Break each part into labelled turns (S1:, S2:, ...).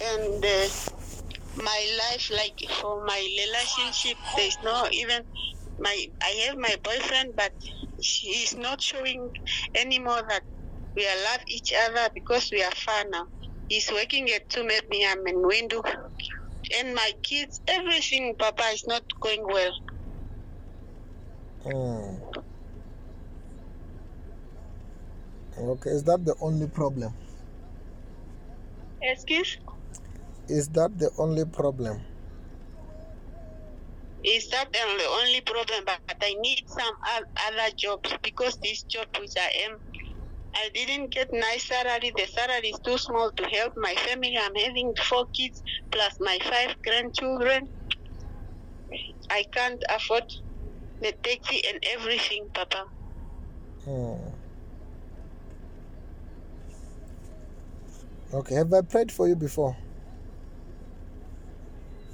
S1: and uh, my life, like for my relationship, there's no even my. I have my boyfriend, but he is not showing anymore that we are love each other because we are far now. He's working at two me I'm in window, and my kids, everything, Papa is not going well.
S2: Hmm. Okay, is that the only problem?
S1: Excuse?
S2: Is that the only problem?
S1: Is that the only- only problem? But I need some o- other jobs because this job which I am, I didn't get nice salary. The salary is too small to help my family. I'm having four kids plus my five grandchildren. I can't afford the taxi and everything, Papa.
S2: Hmm. Okay, have I prayed for you before?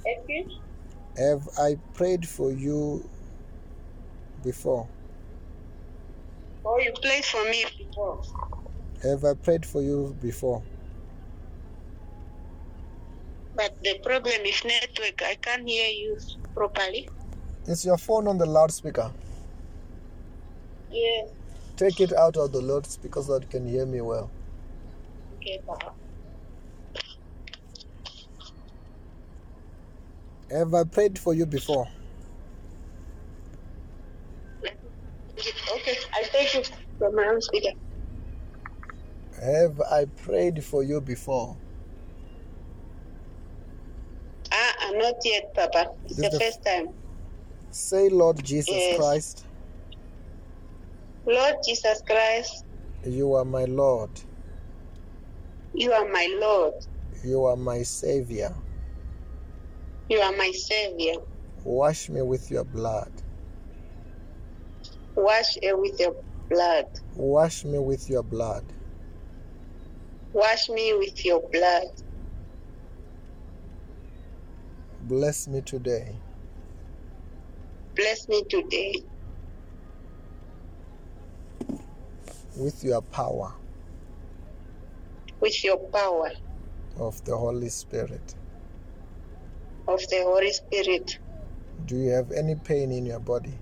S1: Excuse?
S2: Have I prayed for you before?
S1: Oh, you played for me before.
S2: Have I prayed for you before?
S1: But the problem is network. I can't hear you properly.
S2: Is your phone on the loudspeaker?
S1: Yes.
S2: Take it out of the loudspeaker so that you can hear me well.
S1: Okay, Papa.
S2: Have I prayed for you before?
S1: Okay, I take it from my own speaker.
S2: Have I prayed for you before?
S1: Ah, uh, not yet, Papa. It's
S2: This
S1: the
S2: the f-
S1: first time.
S2: Say, Lord Jesus
S1: Yes.
S2: Christ,
S1: Lord Jesus Christ,
S2: you are my Lord,
S1: you are my Lord.
S2: you are my Savior.
S1: You are my Savior.
S2: Wash me with your blood,
S1: Wash it with your blood.
S2: wash me with your blood.
S1: Wash me with your blood.
S2: Bless me today.
S1: Bless me today
S2: with your power
S1: with your power
S2: of the Holy Spirit.
S1: of the Holy Spirit.
S2: Do you have any pain in your body?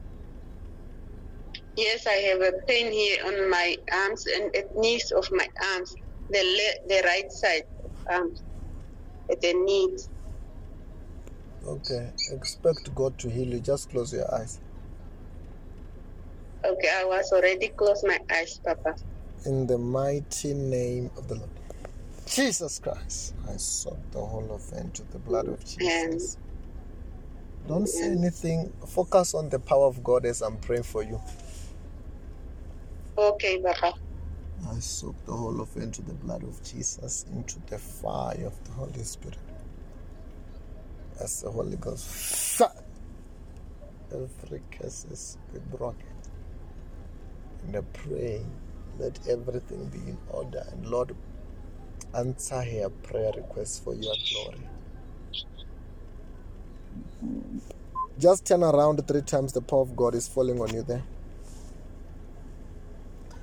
S1: Yes, I have a pain here on my arms and at knees of my arms, the le- the right side arms, at the knees.
S2: Okay, expect God to heal you. Just close your eyes.
S1: Okay, I was already closed my eyes, Papa.
S2: In the mighty name of the Lord Jesus Christ, I soak the whole of them to the blood of
S1: And
S2: Jesus. Don't say
S1: and
S2: anything. Focus on the power of God as I'm praying for you.
S1: okay, Papa.
S2: I soak the whole of them to the blood of Jesus, into the fire of the Holy Spirit. As the Holy Ghost, fire, every curse is broken. and I pray let everything be in order and Lord answer her prayer request for your glory. Just turn around three times the power of God is falling on you there.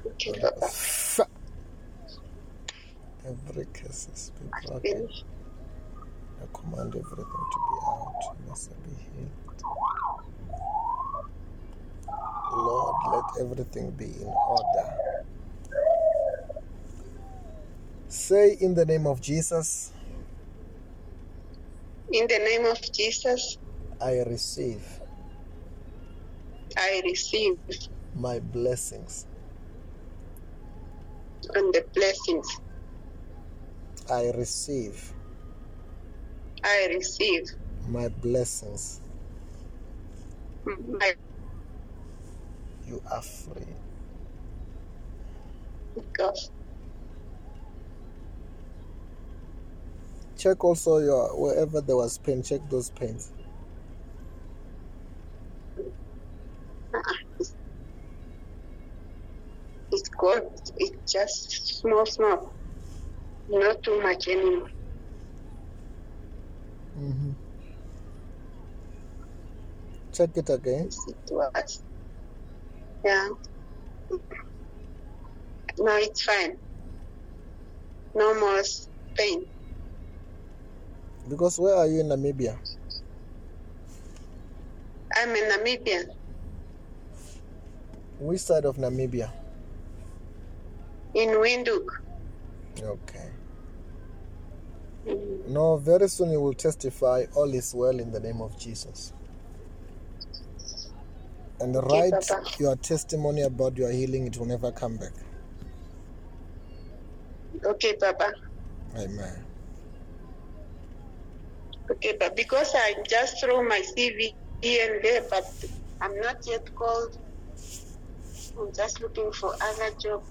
S1: Okay,
S2: Holy
S1: Papa.
S2: Ghost. Every curse is be broken.
S1: Finish.
S2: I command everything to be out. You must be healed. Lord, let everything be in order. Say in the name of Jesus,
S1: In the name of Jesus,
S2: I receive
S1: I receive
S2: my blessings.
S1: on the blessings.
S2: I receive
S1: I receive
S2: my blessings.
S1: my
S2: You are free.
S1: God.
S2: check also your wherever there was pain check those pains
S1: Uh-uh. It's gone. It's just small, small. Not too much anymore.
S2: hmm check it again
S1: Yes, It was. Yeah. Now it's fine. No more s- pain.
S2: Because where are you in Namibia?
S1: I'm a Namibian.
S2: Which side of Namibia?
S1: in Windhoek.
S2: Okay.
S1: Mm.
S2: No, very soon you will testify all is well in the name of Jesus. And
S1: Okay,
S2: write
S1: Papa.
S2: your testimony about your healing, it will never come back.
S1: Okay, Papa.
S2: Amen.
S1: Okay, but because I just throw my CV here and there, but I'm not yet called. I'm just looking for other job.